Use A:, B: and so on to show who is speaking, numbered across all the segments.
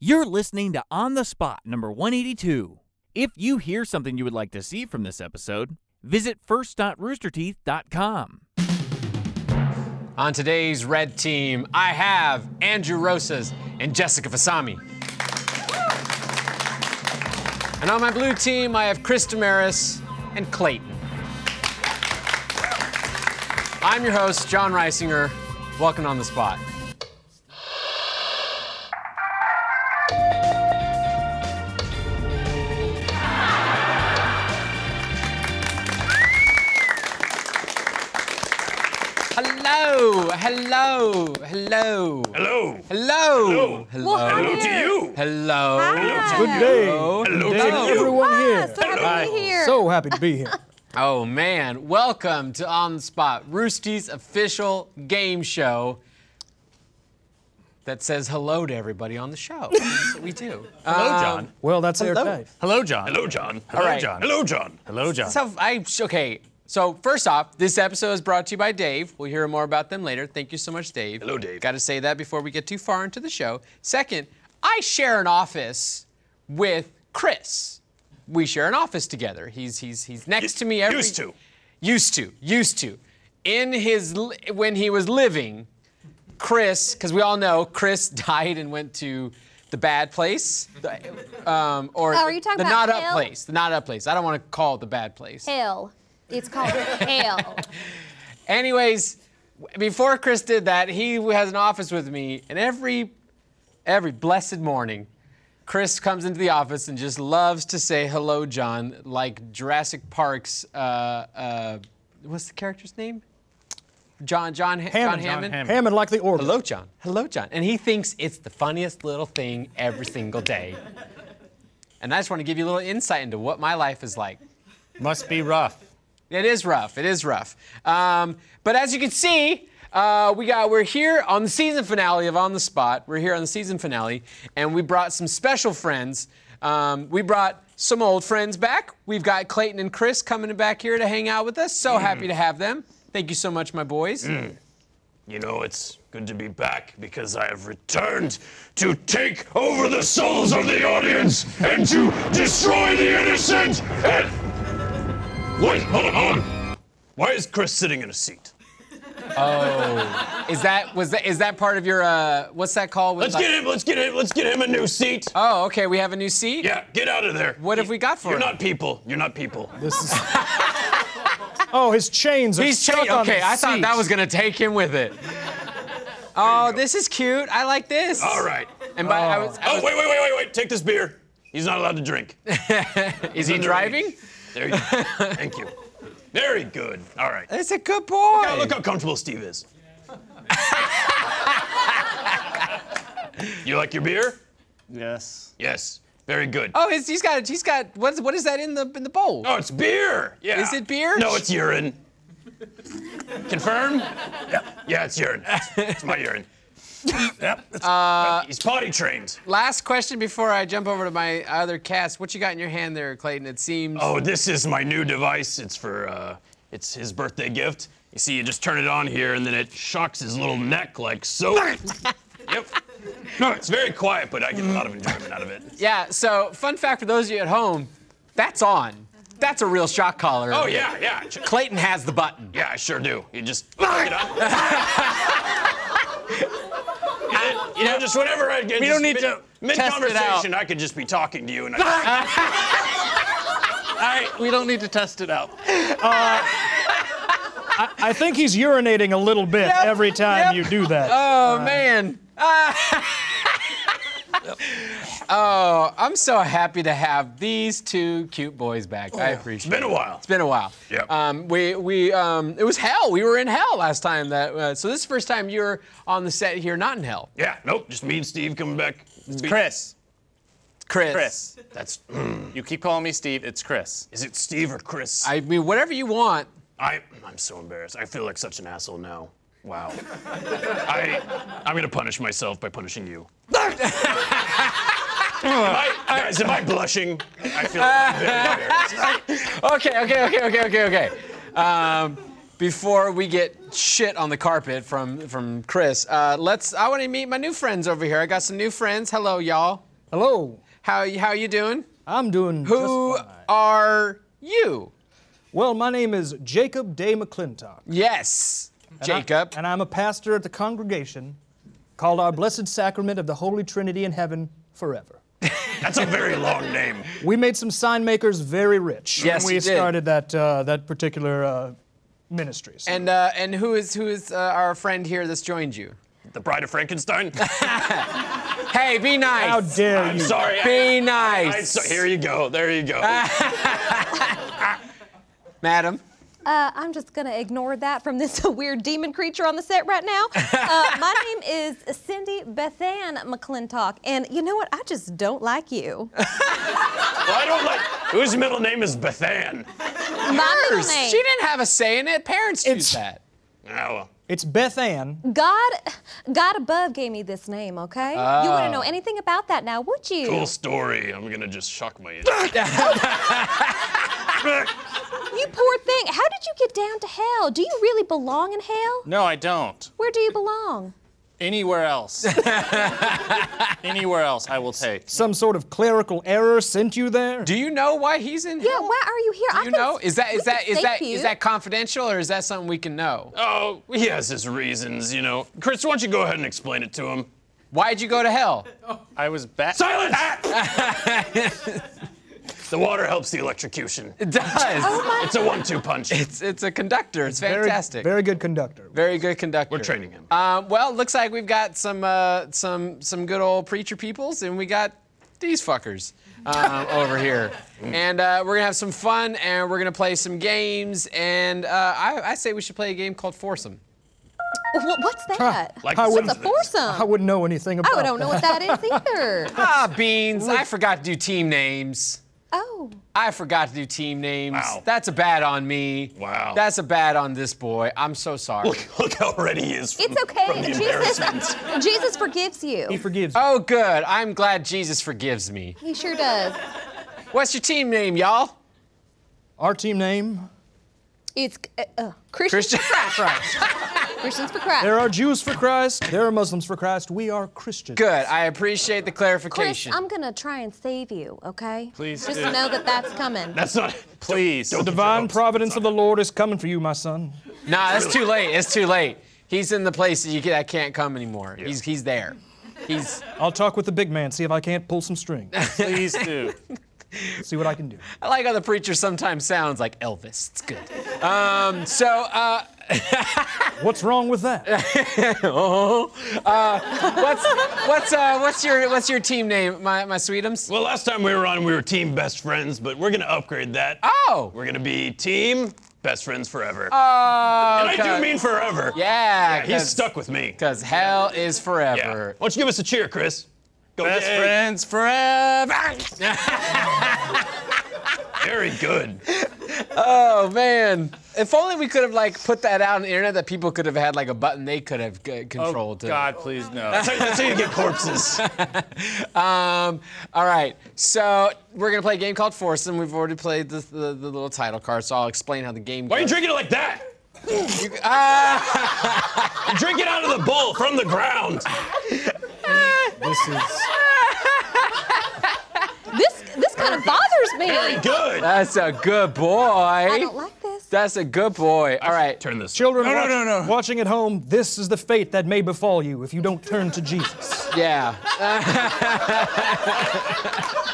A: You're listening to On the Spot number 182. If you hear something you would like to see from this episode, visit first.roosterteeth.com.
B: On today's red team, I have Andrew Rosas and Jessica Fasami. And on my blue team, I have Chris Damaris and Clayton. I'm your host, John Reisinger. Welcome to on the spot. Hello, hello, hello,
C: Hello.
B: hello, hello,
D: Well, how
C: Hello
D: are
C: to you.
B: hello,
D: Hi.
E: Good day.
C: Hello
E: Good day
C: to
E: to
C: you.
E: everyone
D: Ah,
E: here.
D: so happy to be here.
E: So happy to be here.
B: Oh man, welcome to On the Spot, Roosty's official game show that says hello to everybody on the show. That's what we do.
F: Hello, John.
E: Well, that's airtight.
F: Um, Hello, John.
C: Hello, John.
B: All
C: Hello,
B: right.
C: John. Hello, John.
F: Hello, John.
B: So I okay. So first off, this episode is brought to you by Dave. We'll hear more about them later. Thank you so much, Dave.
C: Hello, Dave.
B: Got to say that before we get too far into the show. Second, I share an office with Chris. We share an office together. He's he's he's next to me every
C: Used to.
B: used to used to in his li- when he was living chris because we all know chris died and went to the bad place the- um, or
D: Oh, are you talking
B: the
D: about
B: not up
D: hell?
B: place the not up place i don't want to call it the bad place
D: Hell. It's called hell.
B: anyways w- before chris did that he has an office with me and every every blessed morning chris comes into the office and just loves to say hello john like jurassic park's uh, uh, what's the character's name john john, Ha- john
E: Hammond.
B: hammond
E: Hammond like the organ.
B: Hello, John. Hello, John. And he thinks it's the funniest little thing every single day. And I just want to give you a little insight into what my life is like.
F: Must be rough.
B: It is rough. It is rough. Um, but as you can see, uh, we got we're here on the season finale of On the Spot. We're here on the season finale, and we brought some special friends. Um, we brought some old friends back. We've got Clayton and Chris coming back here to hang out with us. So
C: Mm.
B: happy to have them. Thank you so much, my boys.
C: You know, it's good to be back because I have returned to take over the souls of the audience and to destroy the innocent. And wait, hold on, hold on. Why is Chris sitting in a seat?
B: Is that was that is that part of your uh, what's that called?
C: Let's get him. Let's get him. Let's get him a new seat.
F: Uh,
B: Oh, okay. We have a new seat.
C: yeah, get out of there.
B: What have we got for
C: You're
B: him?
C: not people. You're not people.
E: This is. Oh, his chains are
B: He's
E: stuck
B: changed.
E: on
B: Okay,
E: his
B: I thought that
E: seat.
B: was gonna take him with it. Oh, this is cute. I like this.
C: All right.
B: And by I was, I
C: Oh
B: was-
C: wait, wait, wait, wait, wait. Take this beer. He's not allowed to drink.
B: is he driving?
C: There you go. Thank you. Very good. All right.
B: It's a good boy.
C: Now look how comfortable Steve is. you like your beer?
F: Yes.
C: Yes. Very good.
B: oh, he's, he's got he's got what's what is that in the in the bowl?
C: Oh, it's beer. Yeah.
B: Is it beer?
C: No, it's urine. Confirm? Yeah. Yeah, it's urine. It's my urine. Yep. it's-
B: Uh,
C: He's potty trained.
B: Last question before I jump over to my other cast. What you got in your hand there, Clayton? It seems.
C: Oh, this is my new device. It's for uh, it's his birthday gift. You see, you just turn it on here, and then it shocks his little neck like so. yep. No, it's very quiet, but I get a lot of enjoyment out of it.
B: Yeah. So, fun fact for those of you at home, that's on. That's a real shock collar.
C: Oh yeah, yeah, ch-
B: Clayton has the button.
C: yeah. I sure do. You just pick it up. And then, you know, just whenever I get.
B: We don't need to
C: Mid
B: test it out.
C: conversation, I could just be talking to you, and I,
F: I, we don't need to test it out.
E: I think he's urinating a little bit every time you do that.
B: Oh man. Ah. oh, I'm so happy to have these two cute boys back. I
C: Oh, it's
B: appreciate it.
C: been a while.
B: It's been a while.
C: Yep.
B: Um, we we um, it was hell. We were in hell last time. That uh, so this is the first time you're on the set here, not in hell.
C: Yeah, nope. Just me and Steve coming back. Be-
F: Chris.
B: Chris.
F: Chris.
C: That's.
F: You keep calling me Steve. It's Chris.
C: Is it Steve or Chris?
B: I mean, whatever you want.
C: I, I'm so embarrassed. I feel like such an asshole now. Wow. I, I'm gonna punish myself by punishing you. am I, guys, am I blushing? I feel very embarrassed.
B: Okay, okay, okay, okay, okay, okay. Um, before we get shit on the carpet from from Chris, uh, let's. I want to meet my new friends over here. I got some new friends. Hello, y'all.
E: Hello.
B: How how you doing?
E: I'm doing
B: Who
E: just fine.
B: are you?
E: Well, my name is Jacob Day McClintock.
B: Yes, Jacob.
E: And I'm a pastor at the congregation called Our Blessed Sacrament of the Holy Trinity in Heaven forever.
C: That's a very long name.
E: We made some sign makers very rich
B: Yes,
E: when
B: you
E: we
B: did.
E: started that uh, that particular uh, ministry. So
B: And uh, and who is who is uh, our friend here that's joined you?
C: The Bride of Frankenstein.
B: Hey, be nice.
E: how dare
C: I'm
E: you?
C: sorry.
B: be
C: I-
B: nice,
C: so here you go. There you go.
B: madam.
D: Uh, I'm just gonna ignore that from this weird demon creature on the set right now. Uh, my name is Cindy Bethann McClintock, and you know what? I just don't like you.
C: Well, I don't like. Whose middle name is Bethan?
D: My middle
B: She
D: name.
B: didn't have a say in it. Parents choose
E: It's-
B: that.
C: Oh, well.
E: It's Beth Ann.
D: God, God above gave me this name. Okay? You
B: Ah.
D: wouldn't know anything about that now, would you?
C: Cool story. I'm gonna just shock my.
D: You poor thing. How did you get down to hell? Do you really belong in hell?
F: No, I don't.
D: Where do you belong?
F: Anywhere else. Anywhere else, I will take.
E: Some sort of clerical error sent you there?
B: Do you know why he's in
D: Yeah,
B: hell?
D: why are you here?
B: Do you know? Is that is that is that
D: you.
B: is that confidential or is that something we can know?
C: Oh, he has his reasons, you know. Chris, why don't you go ahead and explain it to him?
B: Why'd you go to hell?
F: I was back.
C: Silence! the water helps the electrocution.
B: It does.
D: Oh my
C: It's a one-two punch.
B: It's it's a conductor. It's
E: Very-
B: fantastic.
E: Very, good conductor.
B: Very good conductor.
C: We're training him.
F: Uh,
B: Um, well, looks like we've got some uh, some some good old preacher peoples, and we got these fuckers um, over here, and uh, we're gonna have some fun, and we're gonna play some games, and uh, I, I say we should play a game called Foursome.
D: Wh- What's that?
C: Like
E: I
C: the
E: wouldn't-
D: It's a
C: sounds of it.
D: foursome.
E: I wouldn't know anything about
D: Oh, I don't know what that is either.
B: Ah, beans! I forgot to do team names.
D: Oh,
B: I forgot to do team names.
C: Wow.
B: That's a bad on me.
C: Wow.
B: That's a bad on this boy. I'm so sorry.
C: Look, look how ready he is. From,
D: it's okay.
C: From the
D: Jesus,
C: embarrassment.
D: Jesus forgives
E: He
D: you.
E: forgives you.
B: Oh, good. I'm glad Jesus forgives me.
D: He sure does.
B: What's your team name, y'all?
E: Our team name.
D: It's uh, uh, Christians
B: Christian-
D: for Christ. Christians for Christ.
E: There are Jews for Christ. There are Muslims for Christ. We are Christians.
B: Good. I appreciate the
D: Chris,
B: clarification.
D: I'm gonna try and save you, okay?
F: Please
D: Just
F: do.
D: know that that's coming.
C: That's not.
F: Please.
C: Don't, don't
E: Divine providence of the Lord is coming for you, my son.
B: Nah, it's too late. It's too late. He's in the place that you can, that can't come anymore. He's he's there. He's.
E: I'll talk with the big man, see if I can't pull some strings,
F: Please do.
E: see what I can do.
B: I like how the preacher sometimes sounds like Elvis. It's good. Um, so uh,
E: What's wrong with that?
B: what's what's uh, what's your what's your team name, my my sweetums?
C: Well, last time we were on, we were team best friends, but we're gonna upgrade that.
D: Ah.
B: Oh.
C: We're gonna be team best friends forever.
D: Uh,
B: Oh.
C: and I do mean forever.
B: Yeah.
C: He's stuck with me.
B: Because hell is
C: Yeah.
B: forever.
C: Why don't you give us a cheer, Chris? Go
F: Best
C: yay.
F: friends forever.
C: Very good.
B: Oh man! If only we could have like put that out on the internet that people could have had like a button they could have c-
F: Oh,
B: controlled. to-
F: God, please no.
C: That's how, that's how you get corpses.
B: Um, all right, so we're gonna play a game called Foursome. We've already played the, the, the little title card, so I'll explain how the game.
C: Why are you
B: goes.
C: drinking it like that? Drink it out of the bowl from the ground.
E: This is.
D: This this kind of bothers me.
C: Very good.
B: That's a good boy.
D: I don't like this.
B: That's a good boy. All right.
C: Turn this.
E: Children
F: No, no,
E: watch-
F: no, no.
E: watching at home, this is the fate that may befall you if you don't turn to Jesus.
B: Yeah.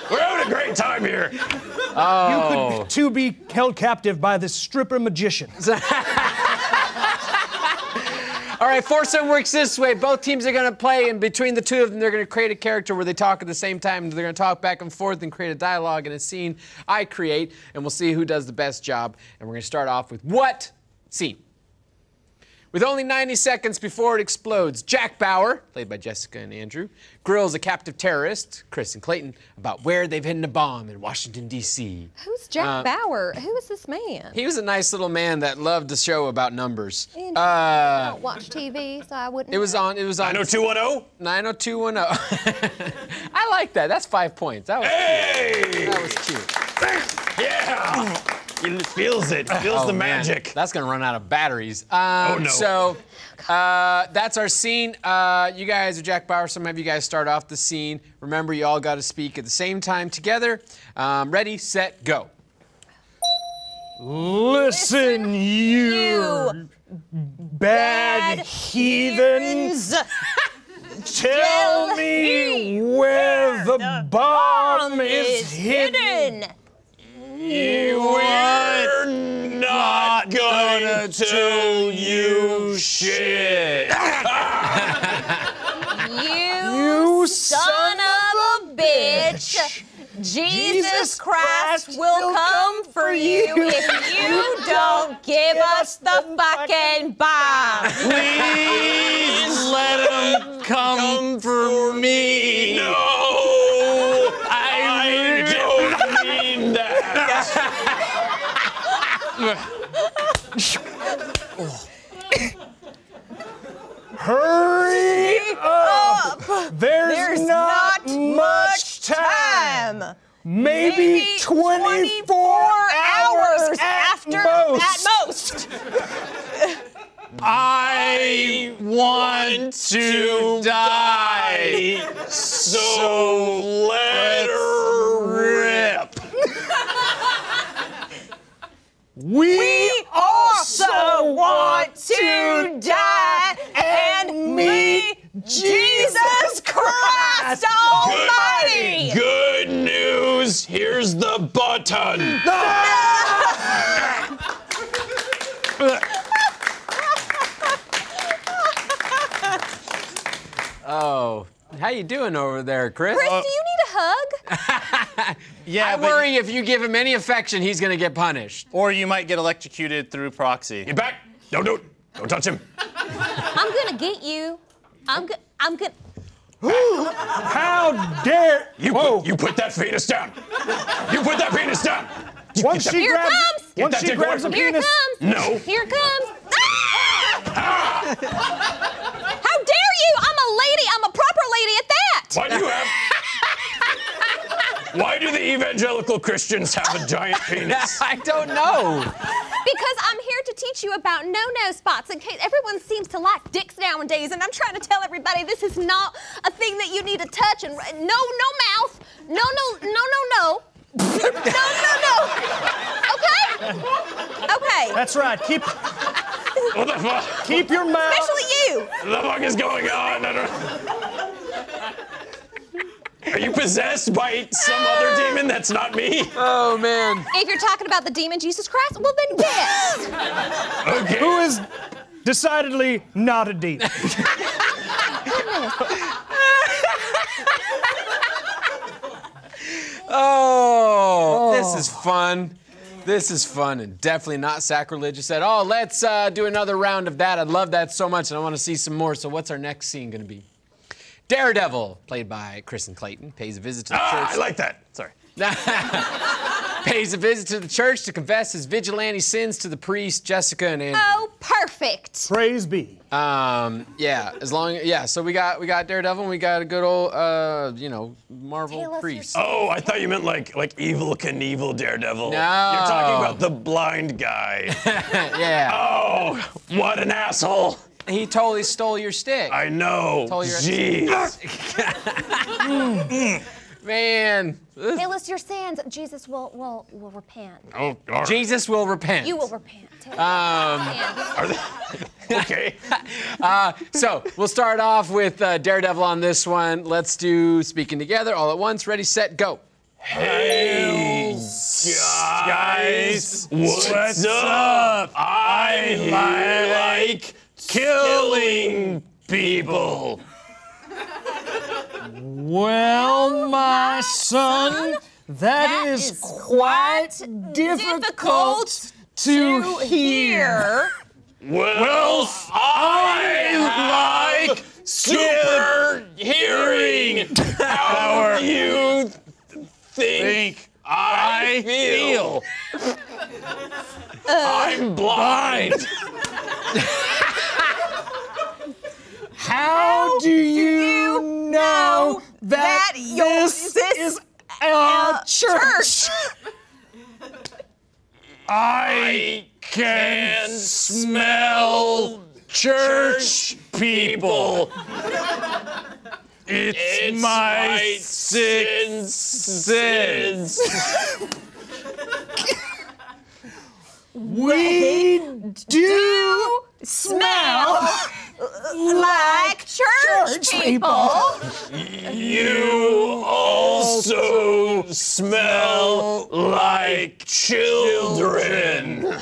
C: We're having a great time here.
E: You could to be held captive by this stripper magician.
B: All right. Foursome works this way. Both teams are gonna play, and between the two of them, they're gonna create a character where they talk at the same time. and They're gonna talk back and forth and create a dialogue and a scene. I create, and we'll see who does the best job. And we're gonna start off with what scene? With only 90 seconds before it explodes, Jack Bauer, played by Jessica and Andrew, grills a captive terrorist, Chris and Clayton, about where they've hidden a bomb in Washington, D.C.
D: Who's Jack Bauer? Who is this man?
B: He was a nice little man that loved to show about numbers.
D: And I
B: Uh,
D: don't watch TV, so I wouldn't.
B: it was on. It was on.
C: 90210.
B: 90210. I like that. That's five points. That was,
C: Hey!
B: that was cute.
C: Yeah! It feels it. Feels the
B: Man,
C: magic.
B: that's gonna run out of batteries. Um,
C: no.
B: So uh, that's our scene. Uh, you guys, or Jack Bauer, some of you guys start off the scene. Remember, you all got to speak at the same time together. Um, ready, set, go.
E: Listen, you,
D: You bad
E: bad, heathens.
D: heathens.
E: Tell me where the bomb is
D: um, is
E: hidden.
D: hidden.
C: We're not gonna tell you shit.
D: You
E: You
D: son of a bitch. Jesus Christ will come for you if you don't give us the fucking bomb.
F: Please let him come, for me.
C: No,
F: I
C: I don't mean that.
E: Hurry up. There's, not, much time. Maybe, 24, hours,
D: after
E: most.
D: at most.
F: I want to die.
C: So let her rip.
E: We, also want
D: to die and meet Jesus Christ Almighty.
C: Good news. Here's the button.
F: Ah!
B: How you doing over there, Chris?
D: Chris, do you need a hug?
F: Yeah,
B: I
F: but-
B: worry if you give him any affection, he's gonna get punished.
F: Or you might get electrocuted through proxy.
C: Get back. Don't do it. Don't touch him.
D: I'm gonna get you. I'm gonna. I'm gonna.
E: How dare
C: You
E: Whoa.
C: put, you put that penis down. You put that penis down. You
E: Once
C: get
E: she
D: Here it
E: grabs,
D: comes. Get
E: once
C: that
E: she
C: dick away
E: grabs a
C: from me.
D: Here it
E: penis,
D: comes.
C: No.
D: Here it comes. Ah! How dare you? I'm a lady. I'm a proper lady at that.
C: Why do you have? Why do the evangelical Christians have a giant penis?
B: I don't know.
D: Because I'm here to teach you about no-no spots in case everyone seems to like dicks nowadays, and I'm trying to tell everybody this is not a thing that you need to touch and no, no mouth, no, no, no, no, no, no, no, no. Okay? Okay.
E: that's right. Keep
C: What the fuck?
E: keep your mouth.
D: Especially you.
C: What the fuck is going on? I don't. Are you possessed by some other demon that's not me?
B: Oh man.
D: If you're talking about the demon Jesus Christ, well then yes.
C: Okay.
E: Who is decidedly not a demon?
B: Oh, this is fun. This is fun and definitely not sacrilegious at all. Let's uh, do another round of that. I love that so much, and I want to see some more. So, what's our next scene going to be? Daredevil, played by Chris and Clayton, pays a visit to the
C: Ah, I
B: church.
C: like that. Sorry.
B: pays a visit to the church to confess his vigilante sins to the priest, Jessica, and Andrew.
D: Oh, perfect.
E: Praise be.
C: Oh.
B: Um, yeah, as long yeah. So we got we got Daredevil, and we got a good old uh, you know Marvel
D: Tale of your
B: priest.
C: Oh, I thought you meant like like evil Knievel Daredevil.
B: No.
C: You're talking about the blind guy.
B: Yeah,
C: oh, what an asshole!
B: he totally stole your stick.
C: I know.
B: Tell your-
C: Jeez.
B: Man,
D: Tell us your sins. Jesus will will will repent.
C: oh, all right.
B: Jesus will repent.
D: You will repent. Um,
C: Are they- okay.
B: So we'll start off with uh, Daredevil on this one. Let's do speaking together all at once. Ready, set, go.
C: Hey guys, what's up? I like killing people.
E: Well, my
D: son, that is is quite quite difficult difficult
E: to
C: Well, I like super hearing. How do you think I feel? I'm blind.
E: How do you know
D: that your- this is
E: our
D: church?
C: I can smell church people. It's, my sixth sense. we do
D: Smell like church, people.
C: You also smell like children.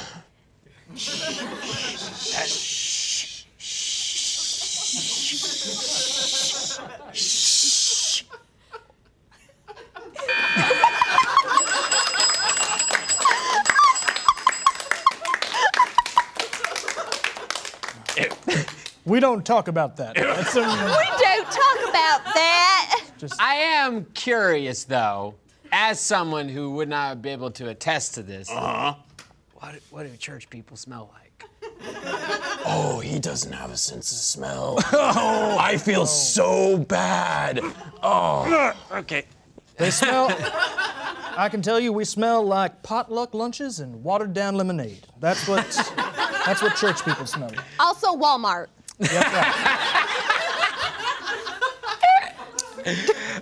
E: We don't talk about that. That's a-
D: We don't talk about that.
B: I am curious though, as someone who would not be able to attest to this. Uh-huh. What, what do church people smell like?
C: Oh, he doesn't have a sense of smell. Oh, I feel so bad. Oh. Okay.
E: they smell. I can tell you, we smell like potluck lunches and watered down lemonade. That's what. That's what church people smell. like.
D: Also, Walmart.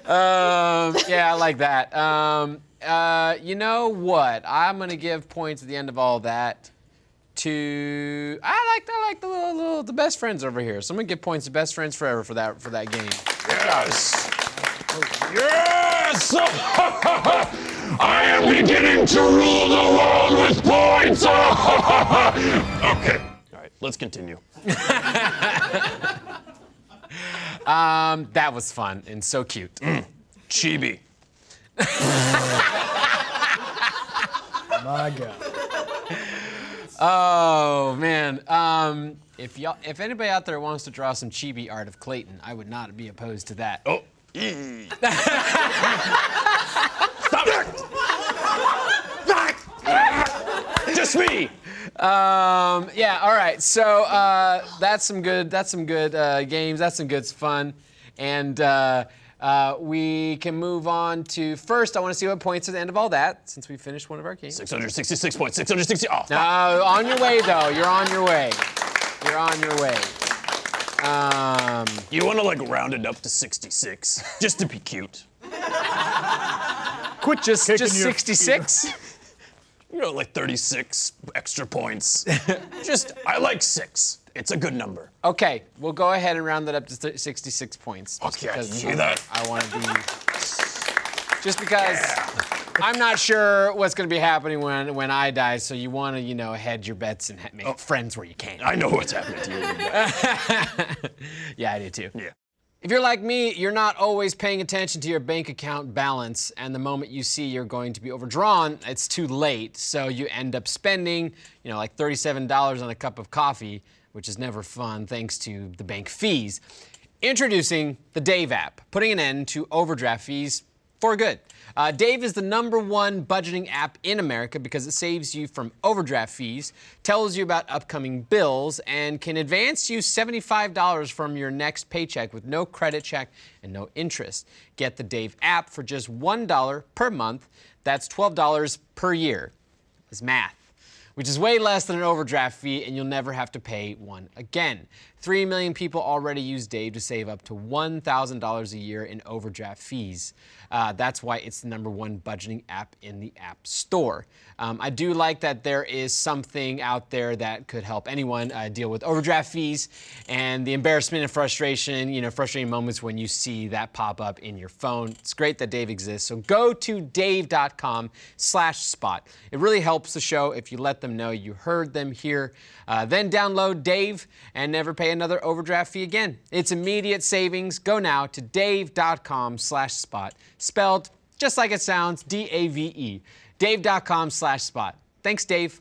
B: Um, yeah, I like that. Um, uh, you know what? I'm gonna give points at the end of all that to I like I like the little, little the best friends over here. So I'm gonna give points to best friends forever for that for that game.
C: Yes. Yes. I am beginning to rule the world with points. okay. All right. Let's continue.
B: Um, that was fun and so cute.
C: Chibi.
E: My God.
B: Oh man. Um, if y'all if anybody out there wants to draw some chibi art of Clayton, I would not be opposed to that.
C: Oh. ee. Stop it. Just me.
B: Um, yeah. All right. So uh, that's some good. That's some good uh, games. That's some good fun. And uh, uh, we can move on to first. I want to see what points are the end of all that since we finished one of our games.
C: 666 points. 660. Oh. fuck.
B: Uh, on your way though. You're on your way. You're on your way. Um,
C: You want to like round it up to 66 just to be cute.
E: Quit just
B: just 66.
C: You know, like 36 extra points. just, I like six. It's a good number.
B: Okay, we'll go ahead and round that up to th- 66 points. just
C: Okay, I
B: because
C: see that.
B: I want to be. Just because
C: Yeah.
B: I'm not sure what's going to be happening when when I die, so you want to you know hedge your bets and ha- make friends where you can.
C: Oh. I know what's happening to you.
B: yeah, I do too.
C: Yeah.
B: If you're like me, you're not always paying attention to your bank account balance, and the moment you see you're going to be overdrawn, it's too late. So you end up spending, you know, like $37 on a cup of coffee, which is never fun thanks to the bank fees. Introducing the Dave app, putting an end to overdraft fees for good. Uh, Dave is the number one budgeting app in America because it saves you from overdraft fees, tells you about upcoming bills, and can advance you $75 from your next paycheck with no credit check and no interest. Get the Dave app for just $1 per month. That's $12 per year. It's math which is way less than an overdraft fee, and you'll never have to pay one again. Three million people already use Dave to save up to $1,000 a year in overdraft fees. Uh, that's why it's the number one budgeting app in the App Store. Um, I do like that there is something out there that could help anyone uh, deal with overdraft fees and the embarrassment and frustration, you know, frustrating moments when you see that pop up in your phone. It's great that Dave exists. So go to dave.com slash spot. It really helps the show if you let them know you heard them here. Uh, then download Dave and never pay another overdraft fee again. It's immediate savings. Go now to dave.com slash spot, spelled just like it sounds, D-A-V-E. E. Dave.com slash spot. Thanks, Dave.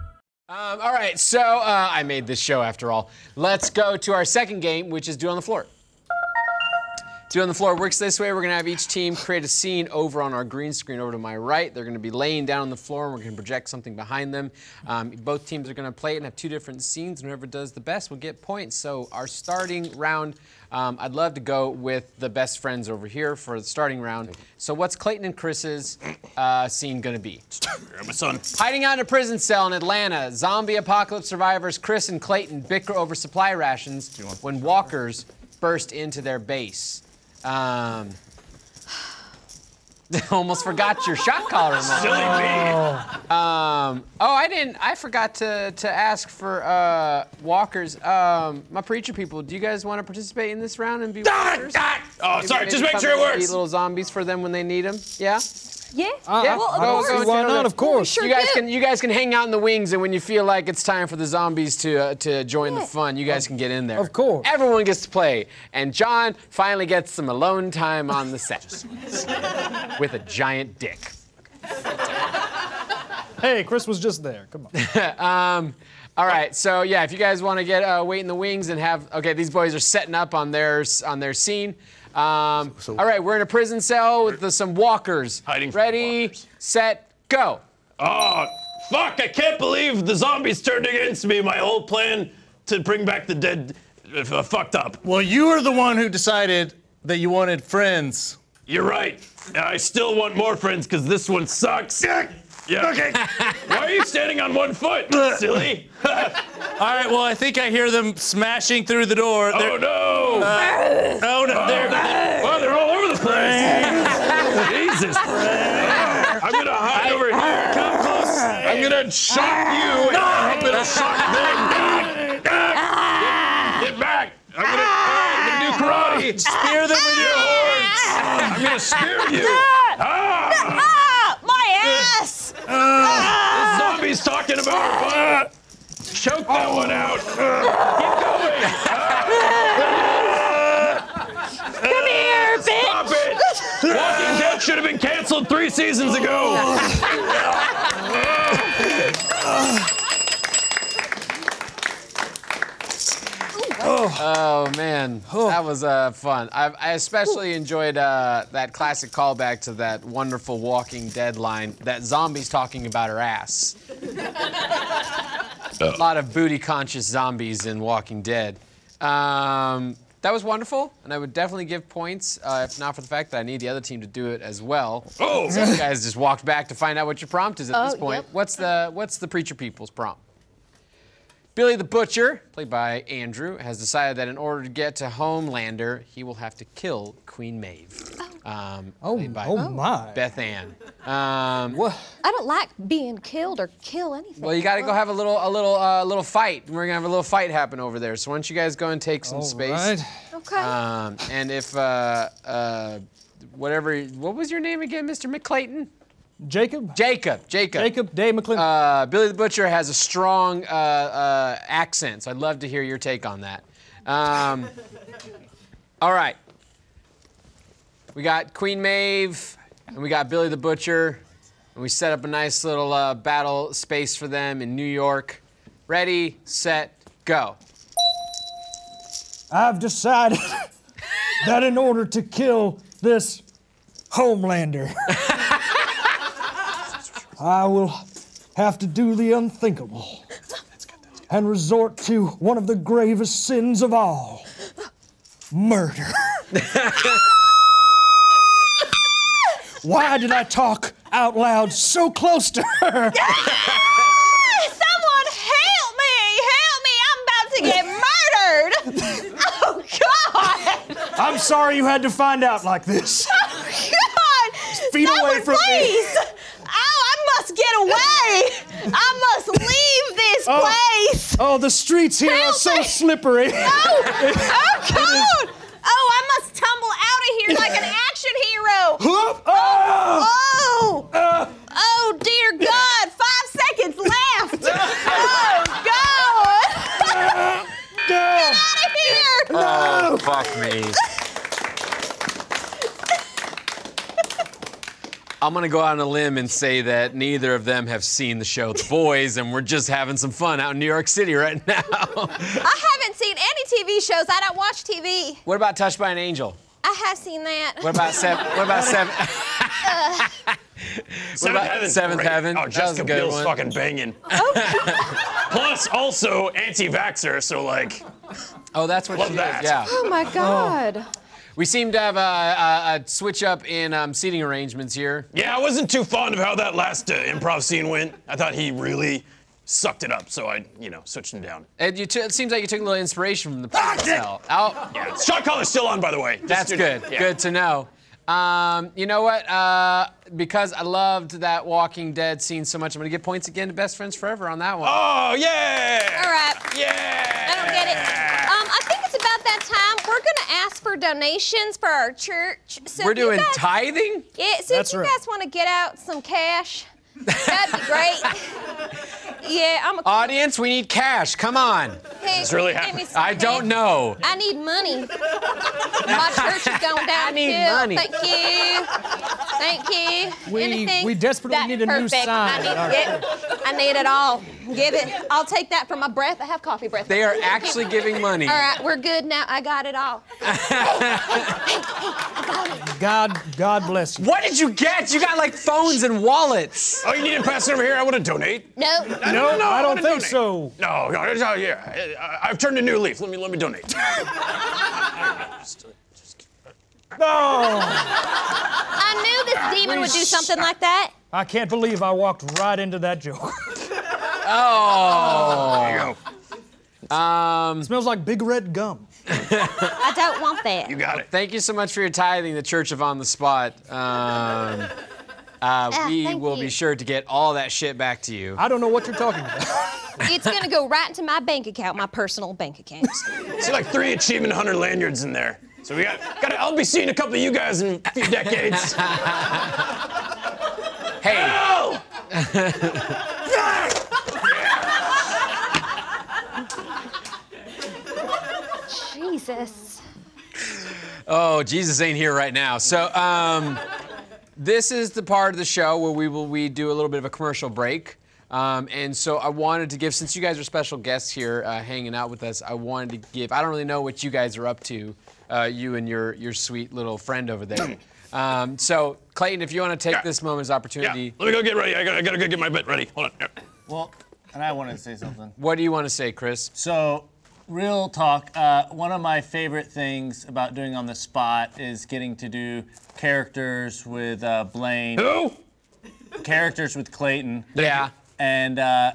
B: Um, all right, so uh, I made this show after all. Let's go to our second game, which is Do on the Floor. Do on the Floor works this way. We're going to have each team create a scene over on our green screen over to my right. They're going to be laying down on the floor, and we're going to project something behind them. Um, both teams are going to play it and have two different scenes, and whoever does the best will get points. So, our starting round, um, I'd love to go with the best friends over here for the starting round. So, what's Clayton and Chris's uh, scene going to be?
C: Grab my son.
B: Hiding out in a prison cell in Atlanta, zombie apocalypse survivors Chris and Clayton bicker over supply rations when walkers burst into their base. Um, almost forgot your shot caller. moment.
C: Silly me.
B: Um, oh, I didn't. I forgot to, to ask for uh, walkers. Um, my preacher people, do you guys want to participate in this round and be walkers?
C: Oh,
B: Maybe-
C: sorry.
B: maybe
C: Just make sure it
B: someone will Be
C: works.
B: little zombies for them when they need them. Yeah.
D: Yeah.
B: Yeah.
D: Well, of
B: Go-
D: course.
B: go
E: see why
B: down there.
E: not, of course.
D: Sure
B: you guys
D: do.
B: can you guys can hang out in the wings, and when you feel like it's time for the zombies to uh, to join the
D: Yeah.
B: fun, you guys can get in there.
E: Of course.
B: everyone gets to play, and John finally gets some alone time on the set with a giant dick.
E: Hey, Chris was just there. Come on.
B: All right, so yeah, if you guys want to get uh, wait in the wings and have okay, these boys are setting up on their on their scene. Um, all right, we're in a prison cell with the, some walkers.
C: Hiding from
B: Ready,
C: walkers.
B: set, go.
C: Oh, fuck! I can't believe the zombies turned against me. My whole plan to bring back the dead uh, fucked up.
G: Well, you were the one who decided that you wanted friends.
C: You're right. And I still want more friends because this one sucks. Yeah. Okay. Why are you standing on one foot, silly?
G: All right, well, I think I hear them smashing through the door.
C: oh no!
G: oh, no,
C: They're, wow, they're all over the place. Jesus. I'm gonna hide over here. Come close. I'm gonna shock you, and I'm gonna shock them. Get back! I'm gonna, I'm gonna do karate.
G: Spear them with your horn.
C: I'm gonna spear you. Ah!
D: Ah, my ass!
C: The zombie's talking about. Ah! choke that one out. Ah!
D: Come here, bitch!
C: Stop it! Walking Dead should have been canceled three seasons ago.
B: Oh man, that was uh, fun. I, I especially enjoyed uh, that classic callback to that wonderful Walking Dead line that zombies talking about her ass. A lot of booty conscious zombies in Walking Dead. Um, that was wonderful, and I would definitely give points uh, if not for the fact that I need the other team to do it as well.
C: Oh.
B: So you guys just walked back to find out what your prompt is at
D: Oh,
B: this point.
D: yep.
B: What's the What's the preacher people's prompt? Billy the Butcher, played by Andrew, has decided that in order to get to Homelander, he will have to kill Queen Maeve. Um,
E: Oh,
B: played by
E: oh my.
B: Beth Ann. Um,
E: What?
D: I don't like being killed or kill anything.
B: well, you got to go have a little, a little, uh, little fight. We're gonna have a little fight happen over there. So why don't you guys go and take some
E: All
B: space?
E: right.
D: Okay.
B: Um, and if uh, uh, whatever, what was your name again, Mr. McClayton?
E: Jacob?
B: Jacob. Jacob.
E: Jacob Day McClinton.
B: Uh, Billy the Butcher has a strong uh, uh, accent, so I'd love to hear your take on that. Um, all right. We got Queen Maeve, and we got Billy the Butcher, and we set up a nice little uh, battle space for them in New York. Ready, set, go.
E: I've decided that in order to kill this Homelander, I will have to do the unthinkable and resort to one of the gravest sins of all murder. Why did I talk out loud so close to her?
D: Someone help me! Help me! I'm about to get murdered! Oh God!
E: I'm sorry you had to find out like this.
D: Oh God!
E: feet away
D: Someone,
E: from me.
D: please! Oh, I must get away! I must leave this
E: Oh.
D: place!
E: Oh, the streets here are
D: Help
E: so
D: me.
E: slippery.
D: Oh! Oh God! Oh, I must tumble out of here like an action hero!
E: Whoop! Ah!
D: Oh! Oh dear God! Five seconds left! Oh God!
E: Ah!
D: out of here!
B: Oh, fuck me. I'm gonna go out on a limb and say that neither of them have seen the show The Boys, and we're just having some fun out in New York City right now.
D: I haven't seen any TV shows. I don't watch TV.
B: what about Touched by an Angel?
D: I have seen that.
B: What about seven? What about seven?
C: Seventh
B: about
C: Heaven's
B: Seventh
C: great.
B: Heaven? That
C: Oh,
B: was a
C: Jessica
B: good
C: Biel's
B: one.
C: fucking banging. Plus, also anti-vaxxer, so like,
B: Oh, that's what
C: Love
B: she
C: that.
B: is. Yeah.
D: Oh my God.
B: We seem to have a, a, a switch up in um, seating arrangements here.
C: yeah, I wasn't too fond of how that last uh, improv scene went. I thought he really sucked it up, so I, you know, switched him down.
B: And you t- it seems like you took a little inspiration from the previous
C: Ah, dick.
B: cell. Out.
C: Yeah, shot caller's still on, by the way. Just
B: That's
C: to-
B: good.
C: yeah.
B: Good to know. Um, you know what? Uh, because I loved that Walking Dead scene so much, I'm gonna get points again to Best Friends Forever on that one.
C: Oh yeah.
D: All right.
C: Yeah.
D: I don't get it. Um, I think it's about that time. We're gonna ask for donations for our church. So
B: We're
D: if you
B: doing
D: guys,
B: tithing.
D: Yeah, so
E: That's
D: if you
E: right.
D: guys want to get out some cash, that'd be great. yeah, I'm a
B: Audience, we need cash. Come on.
D: It's
C: really happening.
D: happening.
B: I don't know.
D: I need money. My church is going
B: I
D: down.
B: need
D: too.
B: money.
D: Thank you. Thank you.
E: We-
D: Anything?
E: we desperately
D: That's
E: need a new
D: perfect. I
E: sign.
D: need,
E: All right.
D: it. I need it all. Give it. I'll take that for my breath. I have coffee breath.
B: They are actually giving money.
D: All right, we're good now. I got it all.
E: God, God bless you.
B: What did you get? You got like phones and wallets.
C: Oh, you need to pass it over here. I want to donate.
D: No.
E: No, I don't
C: wanna
E: think
C: donate.
E: so.
C: No, no, it's out here. I, I, I've turned a new leaf. Let me let me donate.
E: No,
D: I knew this demon would do something like that.
E: I can't believe I walked right into that joke.
C: There you go.
E: smells like big red gum.
D: I don't want that.
C: You got it.
B: Thank you so much for your tithing, the Church of On the Spot. Um, uh, we
D: Ah, thank
B: will
D: you.
B: be sure to get all that shit back to you.
E: I don't know what you're talking about.
D: It's gonna go right into my bank account, my personal bank account.
C: See, like three achievement hunter lanyards in there. So we got got. I'll be seeing a couple of you guys in a few decades.
B: Hey,
C: oh!
D: Jesus.
B: oh Jesus ain't here right now. So um, this is the part of the show where we will we do a little bit of a commercial break. Um, and so I wanted to give, since you guys are special guests here, uh, hanging out with us, I wanted to give. I don't really know what you guys are up to, uh, you and your your sweet little friend over there. Um, so Clayton, if you want to take
C: Yeah.
B: this moment as
C: Yeah. Let
B: opportunity.
C: me go get ready. I gotta, I gotta go get my bit ready. Hold on. Yeah.
H: Well, and I wanted to say something.
B: What do you want to say, Chris?
H: So, real talk. Uh, one of my favorite things about doing on the spot is getting to do characters with uh, Blaine,
C: Who?
H: characters with Clayton,
B: Yeah.
H: and uh,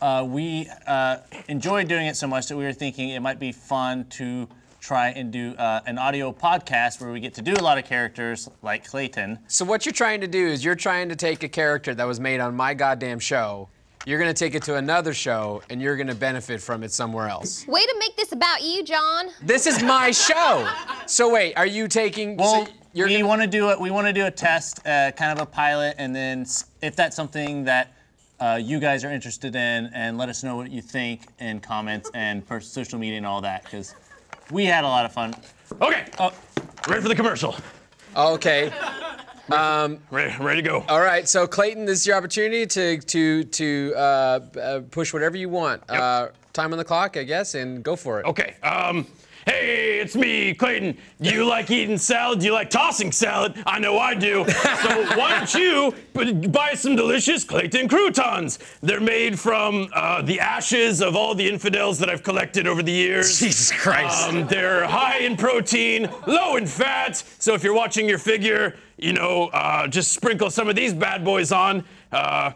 H: uh, we uh, enjoyed doing it so much that we were thinking it might be fun to try and do uh, an audio podcast where we get to do a lot of characters like Clayton.
B: So what you're trying to do is you're trying to take a character that was made on my goddamn show, you're gonna take it to another show, and you're gonna benefit from it somewhere else.
D: Way to make this about you, John.
B: This is my show. So wait, are you taking?
H: Well,
B: so you're
H: we
B: gonna-
H: want to do it. We want to do a test, uh, kind of a pilot, and then s- if that's something that uh, you guys are interested in, and let us know what you think in comments and per social media and all that, because we had a lot of fun.
C: Okay.
B: Uh,
C: ready for the commercial.
B: okay.
C: Ready, ready to go.
B: All right. So Clayton, this is your opportunity to to to uh, uh, push whatever you want. Uh, time on the clock, I guess, and go for it.
C: Okay. Um. Hey, it's me, Clayton. Do you like eating salad? Do you like tossing salad? I know I do. So why don't you b- buy some delicious Clayton croutons? They're made from uh, the ashes of all the infidels that I've collected over the years.
B: Jesus Christ.
C: Um, they're high in protein, low in fat. So if you're watching your figure, you know, uh, just sprinkle some of these bad boys on. Uh,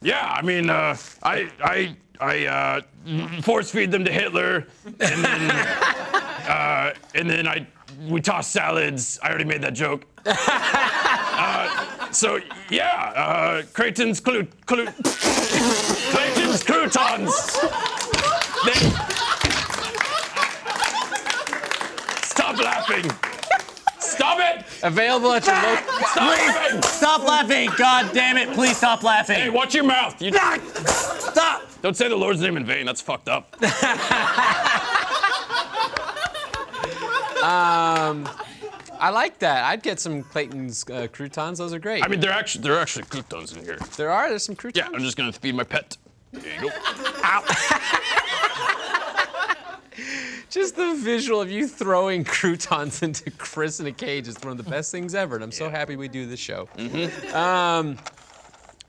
C: yeah, I mean, uh, I, I, I uh, force feed them to Hitler, and then, uh, and then I, we toss salads. I already made that joke. Uh, so yeah, uh, Creighton's clu- clu- Creighton's croutons. They- Stop laughing. Stop it.
B: Available at your local.
C: Stop laughing.
H: Stop laughing! God damn it! Please stop laughing.
C: Hey, watch your mouth. You
H: Stop!
C: don't say the Lord's name in vain. That's fucked up.
B: I like that. I'd get some Clayton's uh, croutons. Those are great.
C: I mean, there actually there are actually croutons in here.
B: There are. There's some croutons.
C: Yeah, I'm just gonna feed my pet. There you go.
B: Just the visual of you throwing croutons into Chris in a cage is one of the best things ever, and I'm so happy we do this show.
C: Mm-hmm.
B: Um,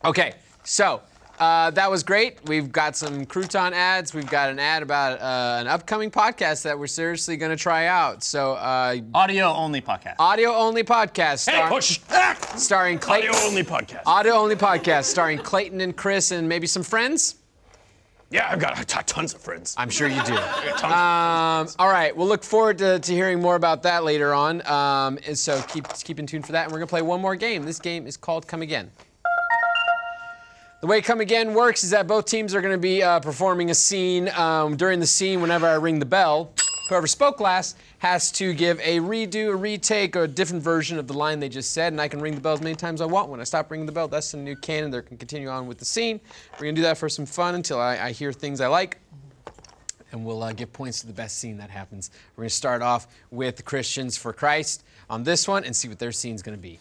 B: okay, so uh, that was great. We've got some crouton ads. We've got an ad about uh, an upcoming podcast that we're seriously going to try out. So uh,
H: Audio only podcast.
B: audio only podcast.
C: Hey,
B: star-
C: push.
B: starring Clayton.
C: Audio only podcast.
B: Audio only podcast starring Clayton and Chris and maybe some friends.
C: Yeah, I've got, I've got tons of friends.
B: I'm sure you do.
C: I've got tons
B: Um, all right, we'll look forward to, to hearing more about that later on. Um, and so keep, keep in tune for that. And we're going to play one more game. This game is called Come Again. The way Come Again works is that both teams are going to be uh, performing a scene. Um, during the scene, whenever I ring the bell, whoever spoke last has to give a redo, a retake, or a different version of the line they just said. And I can ring the bell as many times I want. When I stop ringing the bell, that's a new canon. They can continue on with the scene. We're going to do that for some fun until I, I hear things I like and we'll uh, give points to the best scene that happens. We're going to start off with Christians for Christ on this one and see what their scene's going to be.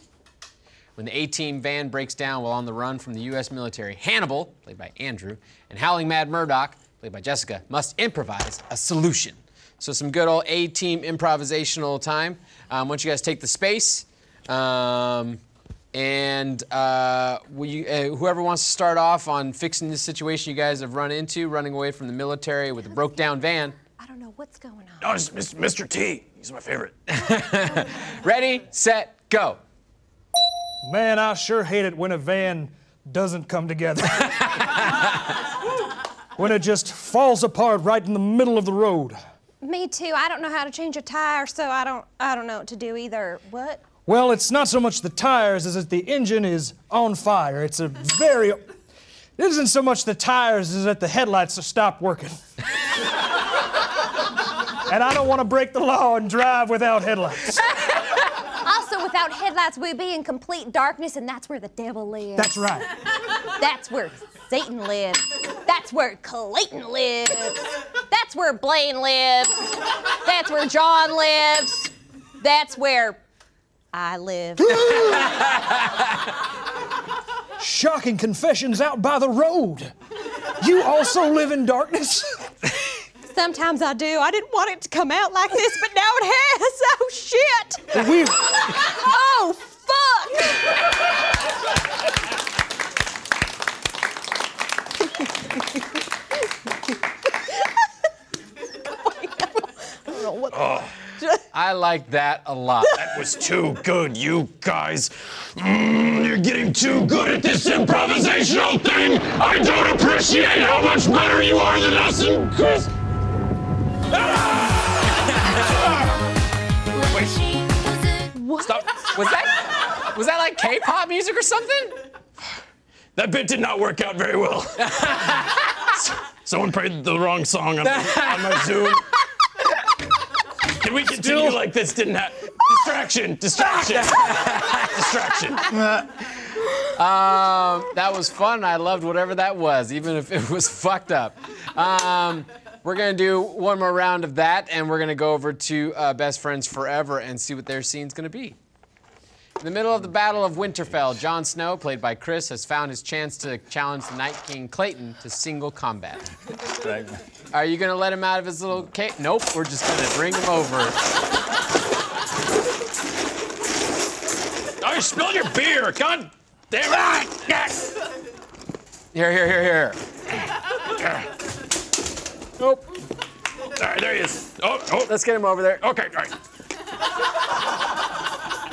B: When the A team van breaks down while on the run from the U.S. military, Hannibal, played by Andrew, and Howling Mad Murdoch, played by Jessica, must improvise a solution. So, some good old A team improvisational time. Um, once you guys take the space, um, and uh, will you, uh, whoever wants to start off on fixing this situation you guys have run into, running away from the military with a broke down van.
D: I don't know what's going on.
C: Oh, it's Mis- Mr. T. He's my favorite.
B: Ready, set, go.
E: Man, I sure hate it when a van doesn't come together. when it just falls apart right in the middle of the road.
D: Me too. I don't know how to change a tire, so I don't I don't know what to do either. What?
E: Well, it's not so much the tires as that the engine is on fire. It's a very. It isn't so much the tires as that the headlights have stopped working. and I don't want to break the law and drive without headlights.
D: Also, without headlights, we'd be in complete darkness, and that's where the devil lives.
E: That's right.
D: That's where Satan lives. That's where Clayton lives. That's where Blaine lives. That's where John lives. That's where I live.
E: Shocking confessions out by the road. You also live in darkness?
D: Sometimes I do. I didn't want it to come out like this, but now it has. Oh shit!
E: we
D: Oh fuck!
B: I like that a lot.
C: That was too good, you guys. Mm, you're getting too good at this improvisational thing. I don't appreciate how much better you are than us and Chris.
B: Stop. Was that was that like K-pop music or something?
C: That bit did not work out very well. Someone played the wrong song on, on my Zoom. Can we continue like this? Didn't happen. Distraction, distraction, distraction.
B: Um, That was fun. I loved whatever that was, even if it was fucked up. Um, we're gonna do one more round of that, and we're gonna go over to uh, Best Friends Forever and see what their scene's gonna be. In the middle of the Battle of Winterfell, Jon Snow, played by Chris, has found his chance to challenge the Night King Clayton to single combat. Are you gonna let him out of his little cage? Nope, we're just gonna bring him over.
C: Oh, you spilled your beer. God damn it. Yes.
B: Here, here, here, here. Nope.
C: All right, there he is. Oh, oh.
B: Let's get him over there.
C: Okay, all right.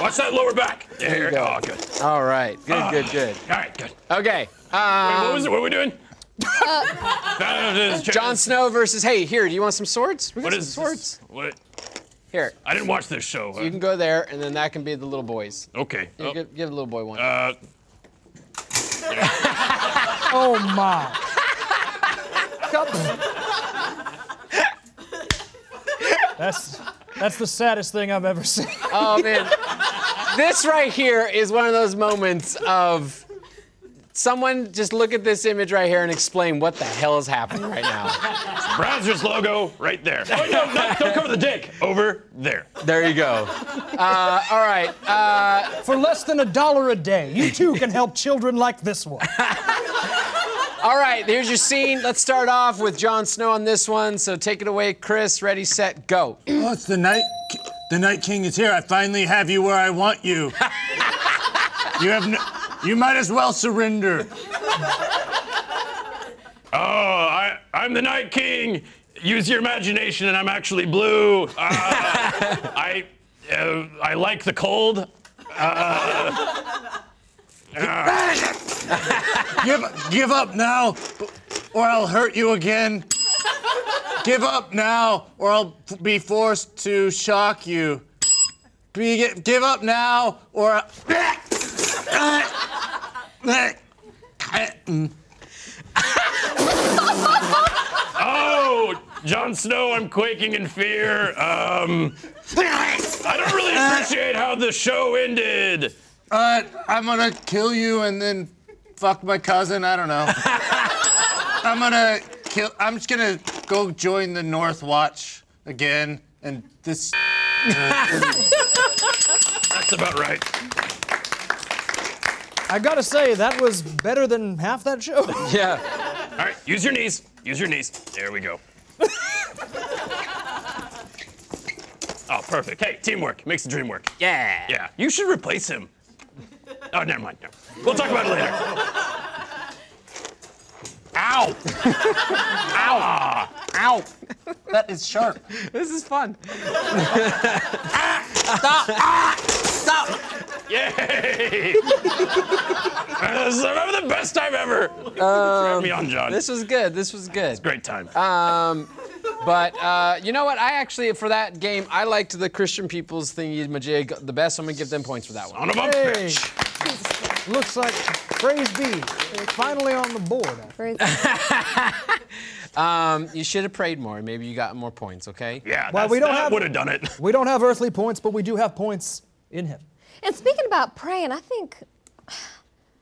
C: Watch that lower back. There you go. Oh, good.
B: All right. Good, good, good.
C: All right, good.
B: Okay.
C: Wait, what was it? What were we doing? no, no, no, this is-
B: Jon Snow versus Hey, here, do you want some swords? We got
C: What
B: some
C: is
B: swords.
C: this? What?
B: Here.
C: I didn't watch this show.
B: You can go there and then that can be the little boys.
C: okay.
B: You
C: Oh,
B: give, give the little boy one.
C: uh,
E: Oh my. Come on. That's that's the saddest thing I've ever seen.
B: oh man. this right here is one of those moments of Someone just look at this image right here and explain what the hell is happening right now.
C: Browser's logo right there. Oh, no, no, don't cover the dick. Over there.
B: There you go. Uh, all right. Uh,
E: For less than a dollar a day, you too can help children like this one.
B: all right, here's your scene. Let's start off with Jon Snow on this one. So take it away, Chris. Ready, set, go.
I: Oh, it's the night. The Night King is here. I finally have you where I want you. you have. No, you might as well surrender.
C: Oh, I, I'm the Night King. Use your imagination, and I'm actually blue. Uh, I, uh, I like the cold. Uh, uh,
I: give, give up now, or I'll hurt you again. give up now, or I'll f- be forced to shock you. Be, gi- give up now, or. I-
C: oh, Jon Snow, I'm quaking in fear. Um, I don't really appreciate how the show ended.
I: Uh, I'm gonna kill you and then fuck my cousin. I don't know. I'm gonna kill. I'm just gonna go join the North Watch again, and this.
C: That's about right.
E: I gotta say, that was better than half that show.
B: Yeah.
C: All right, use your knees. Use your knees. There we go. oh, perfect. Hey, teamwork makes the dream work.
B: Yeah.
C: Yeah, you should replace him. Oh, never mind. No. We'll talk about it later. Ow! Ow!
B: Ow.
I: That is sharp.
B: This is fun.
C: Yay! Uh, this is remember the best time ever. Turn me on, John.
B: This was good. This was good.
C: Great time.
B: Um, but uh, you know what? I actually for that game, I liked the Christian Peoples thingy majig the best. I'm gonna give them points for that one.
C: on a bump
E: Hey.
C: bitch.
E: Looks like praise be. It's finally on the board.
B: Um, you should have prayed more. Maybe you got more points. Okay.
C: Yeah,
E: Well, we
C: that's-
E: don't
C: that
E: have-
C: would have done it.
E: We don't have earthly points, but we do have points in heaven.
D: And speaking about praying, I think,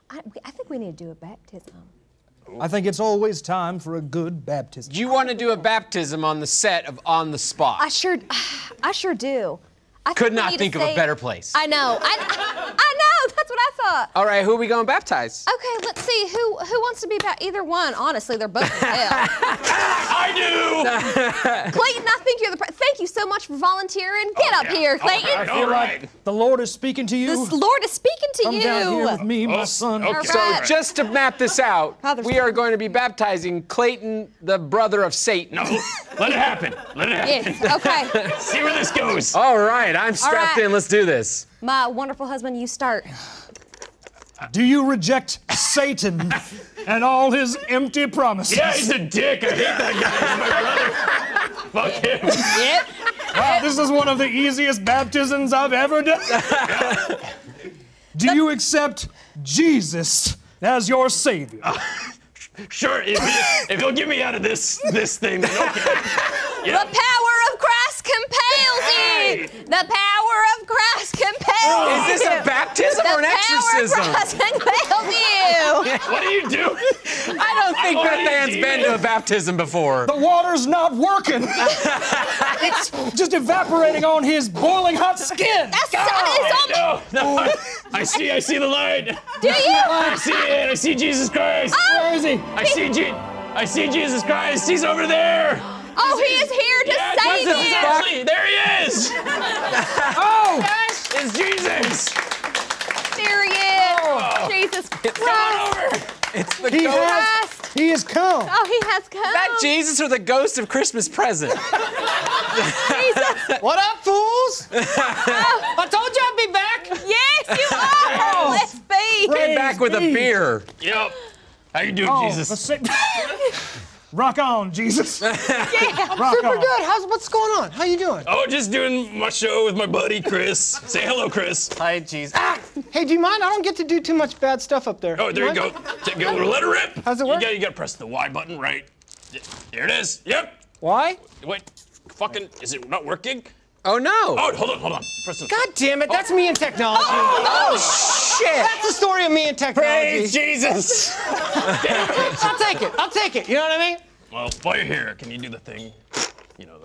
D: I, I think we need to do a baptism.
E: I think it's always time for a good baptism.
B: You want to do a baptism on the set of On the Spot?
D: I sure, I sure do. I think
B: Could
D: we
B: not
D: need to
B: think of a
D: say-
B: better place.
D: I know. I, I, know. That's what I thought.
B: All right. Who are we going to baptize?
D: Okay, let's see. Who who wants to be about either one? Honestly, they're both hell.
C: I do.
D: Clayton, I think you're the. Pre- Thank you so much for volunteering. Get up
B: Oh,
C: yeah.
D: here,
C: All
D: Clayton.
C: right, all right.
E: The Lord is speaking to you.
D: This Lord is speaking to
E: Come
D: you.
E: down here with me, my
C: Oh,
E: son.
C: okay.
D: So
C: all right.
B: Just to map this out,
D: Father,
B: we are going to be baptizing Clayton, the brother of Satan.
C: No, Oh, let it happen. Let it happen.
D: Yes. Okay.
C: See where this goes.
B: All right. I'm strapped
D: right.
B: in. Let's do this.
D: My wonderful husband, you start.
E: Do you reject Satan and all his empty promises?
C: Yeah, he's a dick. I hate that guy. He's my brother. Fuck him.
E: Wow, Ah, this is one of the easiest baptisms I've ever done. Do you accept Jesus as your savior?
C: Sure, if, he- if he'll get me out of this this thing, then okay.
D: The power
C: Yeah.
D: of Christ compels you. The power of Christ compels you.
B: Is this a baptism
D: the
B: or an
D: power
B: exorcism?
D: Of Christ compels you.
C: What do you do?
B: I don't think
C: I'm
B: Beth
C: already
B: Ann's been to a
C: demon.
B: baptism before.
E: The water's not working. it's just evaporating on his boiling hot skin.
D: That's it's on
C: No, no. I see, I see the light.
D: Do you?
C: I see it. I see Jesus Christ.
B: Ah!
E: Where is he?
C: I see Je- I see Jesus Christ. He's over there.
D: Oh, he is here to
C: Yeah,
D: save
C: Jesus,
D: you.
C: actually, there he is.
E: Oh!
C: It's Jesus.
D: There he is. Jesus
B: Oh. Come
D: Christ.
B: on over. It's the
E: He
B: ghost.
E: has, he has come.
D: Oh, he has come.
B: that Jesus or the ghost of Christmas present?
D: Jesus.
B: What up, fools?
D: I told you I'd be back. Yes, you are. Let's be.
B: Came back with a
E: Praise be.
B: beer.
C: Yep. How you doing,
E: Oh, the
C: Jesus?
E: sa- Rock on, Jesus.
D: Yeah.
E: Rock on.
J: How's what's going on? How you doing?
C: Oh, just doing my show with my buddy Chris. Say hello, Chris.
H: Hi, Jesus.
J: Hey, do you mind? I don't get to do too much bad stuff up there.
C: Oh, there you go. Take- go. Let it rip.
J: How's it
C: you
J: work?
C: gotta, you gotta press the Y button, right? Y- There it is. Yep.
J: Why?
C: Wait. Fucking. Is it not working?
B: Oh no.
C: Oh, hold on, hold on. Press the.
J: God damn it! That's me and technology.
D: Oh,
B: shit.
J: That's the story of me and technology.
I: Praise Jesus.
J: I'll take it. I'll take it. You know what I mean?
C: Well, while you're here, can you do the thing? You know,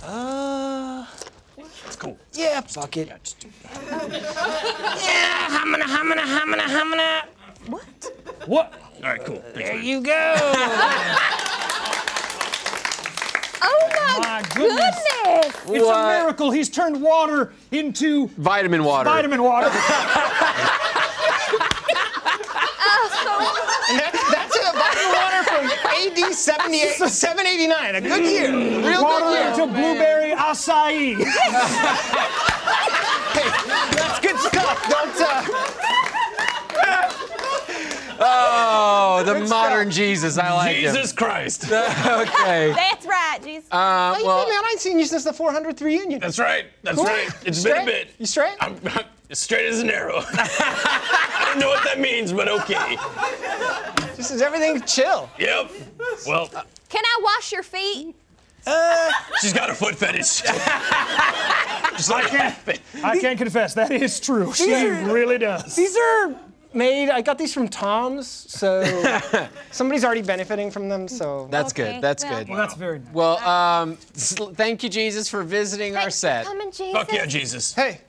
C: the.
J: Uh.
C: It's cool.
J: Yeah, fuck it.
C: Yeah,
J: hamina, hamina, hamina, hamina.
C: What? All right, cool. Thanks,
J: There
C: man.
J: you go.
D: Oh my, goodness.
E: It's a miracle. He's turned water into
B: vitamin water.
E: Vitamin water.
J: And that, that's a bottle of water from AD 78, 789. A good year. Real
E: water
J: good year.
E: into blueberry acai.
J: hey, that's good stuff. Don't. Uh,
B: Oh, the modern Jesus. I like him.
C: Jesus Christ.
B: okay.
D: That's right, Jesus.
B: Uh,
J: hey,
B: well,
J: man, I ain't seen you since the 400th reunion.
C: That's right. That's
J: Cool.
C: right. It's
J: Straight?
C: been a bit.
J: You straight?
C: I'm, I'm straight as an arrow. I don't know what that means, but okay.
J: This is everything chill.
C: Yep. Well,
D: Can I wash your feet?
C: she's got a foot fetish. Just like that.
E: I can confess that is true. She
J: are-
E: really does.
J: These are made. I got these from Tom's, so somebody's already benefiting from them. So
B: that's good. That's
D: well.
B: good.
E: Well, that's very nice.
B: Well, um, s- thank you, Jesus, for visiting our set.
D: Come and Jesus.
C: Fuck yeah, Jesus.
J: hey,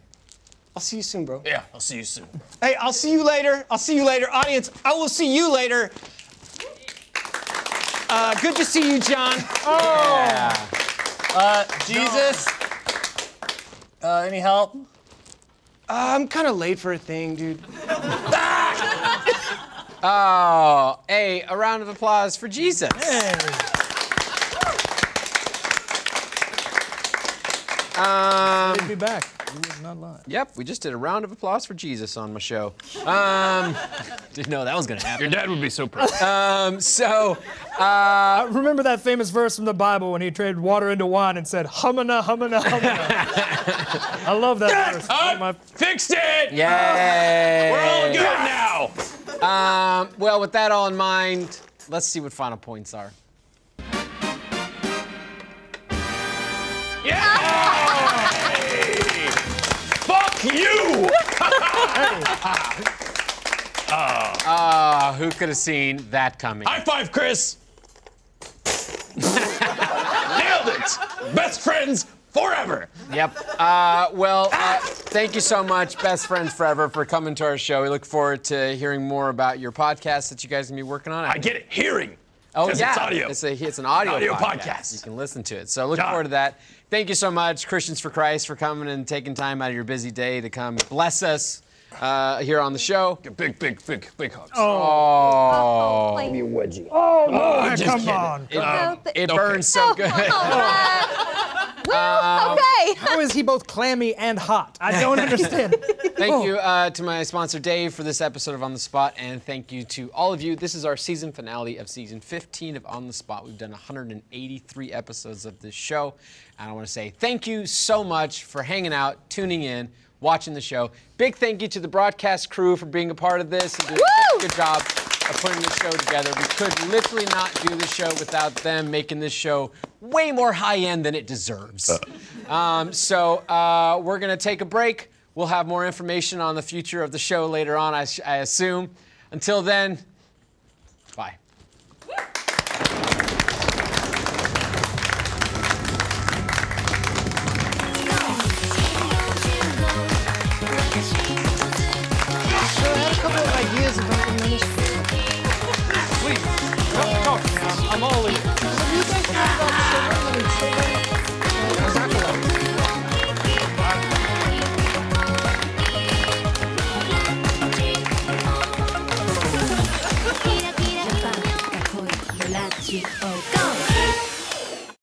J: I'll see you soon, bro.
C: Yeah, I'll see you soon.
J: Hey, I'll see you later. I'll see you later, audience. I will see you later. Uh, good to see you, John.
E: Oh.
H: Uh, Jesus. Uh, any help?
J: I'm kind of late for a thing, dude.
B: Oh, hey, a round of applause for Jesus. Um,
E: He'd be back. Uh, He was not lying.
B: yep, we just did a round of applause for Jesus on my show. Um, didn't know that was gonna happen.
C: Your dad would be so proud.
B: Um, so,
E: I remember that famous verse from the Bible when he traded water into wine and said, "Humana, humana, humana." I love that verse.
C: Up,
E: My-
C: Uh, fixed it.
B: yay!
C: We're all good now.
B: Um, well, with that all in mind, let's see what final points are.
C: Yeah. Hey. Fuck you.
B: Uh, who could have seen that coming?
C: High five, Chris. Nailed it. Best friends forever.
B: Yep. Uh, well, uh, thank you so much, best friends forever, for coming to our show. We look forward to hearing more about your podcast that you guys can be working on.
C: I get it. Hearing.
B: Oh
C: 'Cause
B: yeah,
C: It's audio.
B: It's, a, it's an audio,
C: Audio podcast.
B: You can listen to it. So look
C: Yeah.
B: forward to that. Thank you so much, Christians for Christ, for coming and taking time out of your busy day to come bless us uh, here on the show.
C: big, big, big, big hugs.
D: Oh, please.
E: oh, come on.
B: It,
D: Oh, th-
B: it
C: Okay.
B: burns so good. Um,
D: All right. Well, okay.
E: How is he both clammy and hot? I don't understand.
B: Thank you uh, to my sponsor Dave for this episode of On the Spot, and thank you to all of you. This is our season finale of season 15 of On the Spot. We've done 183 episodes of this show, and I want to say thank you so much for hanging out, tuning in, watching the show. Big thank you to the broadcast crew for being a part of this and doing such a
D: Woo!
B: good job of putting this show together. We could literally not do the show without them making this show way more high end than it deserves. Um, so uh, we're going to take a break. We'll have more information on the future of the show later on, I, sh- I assume. Until then, bye.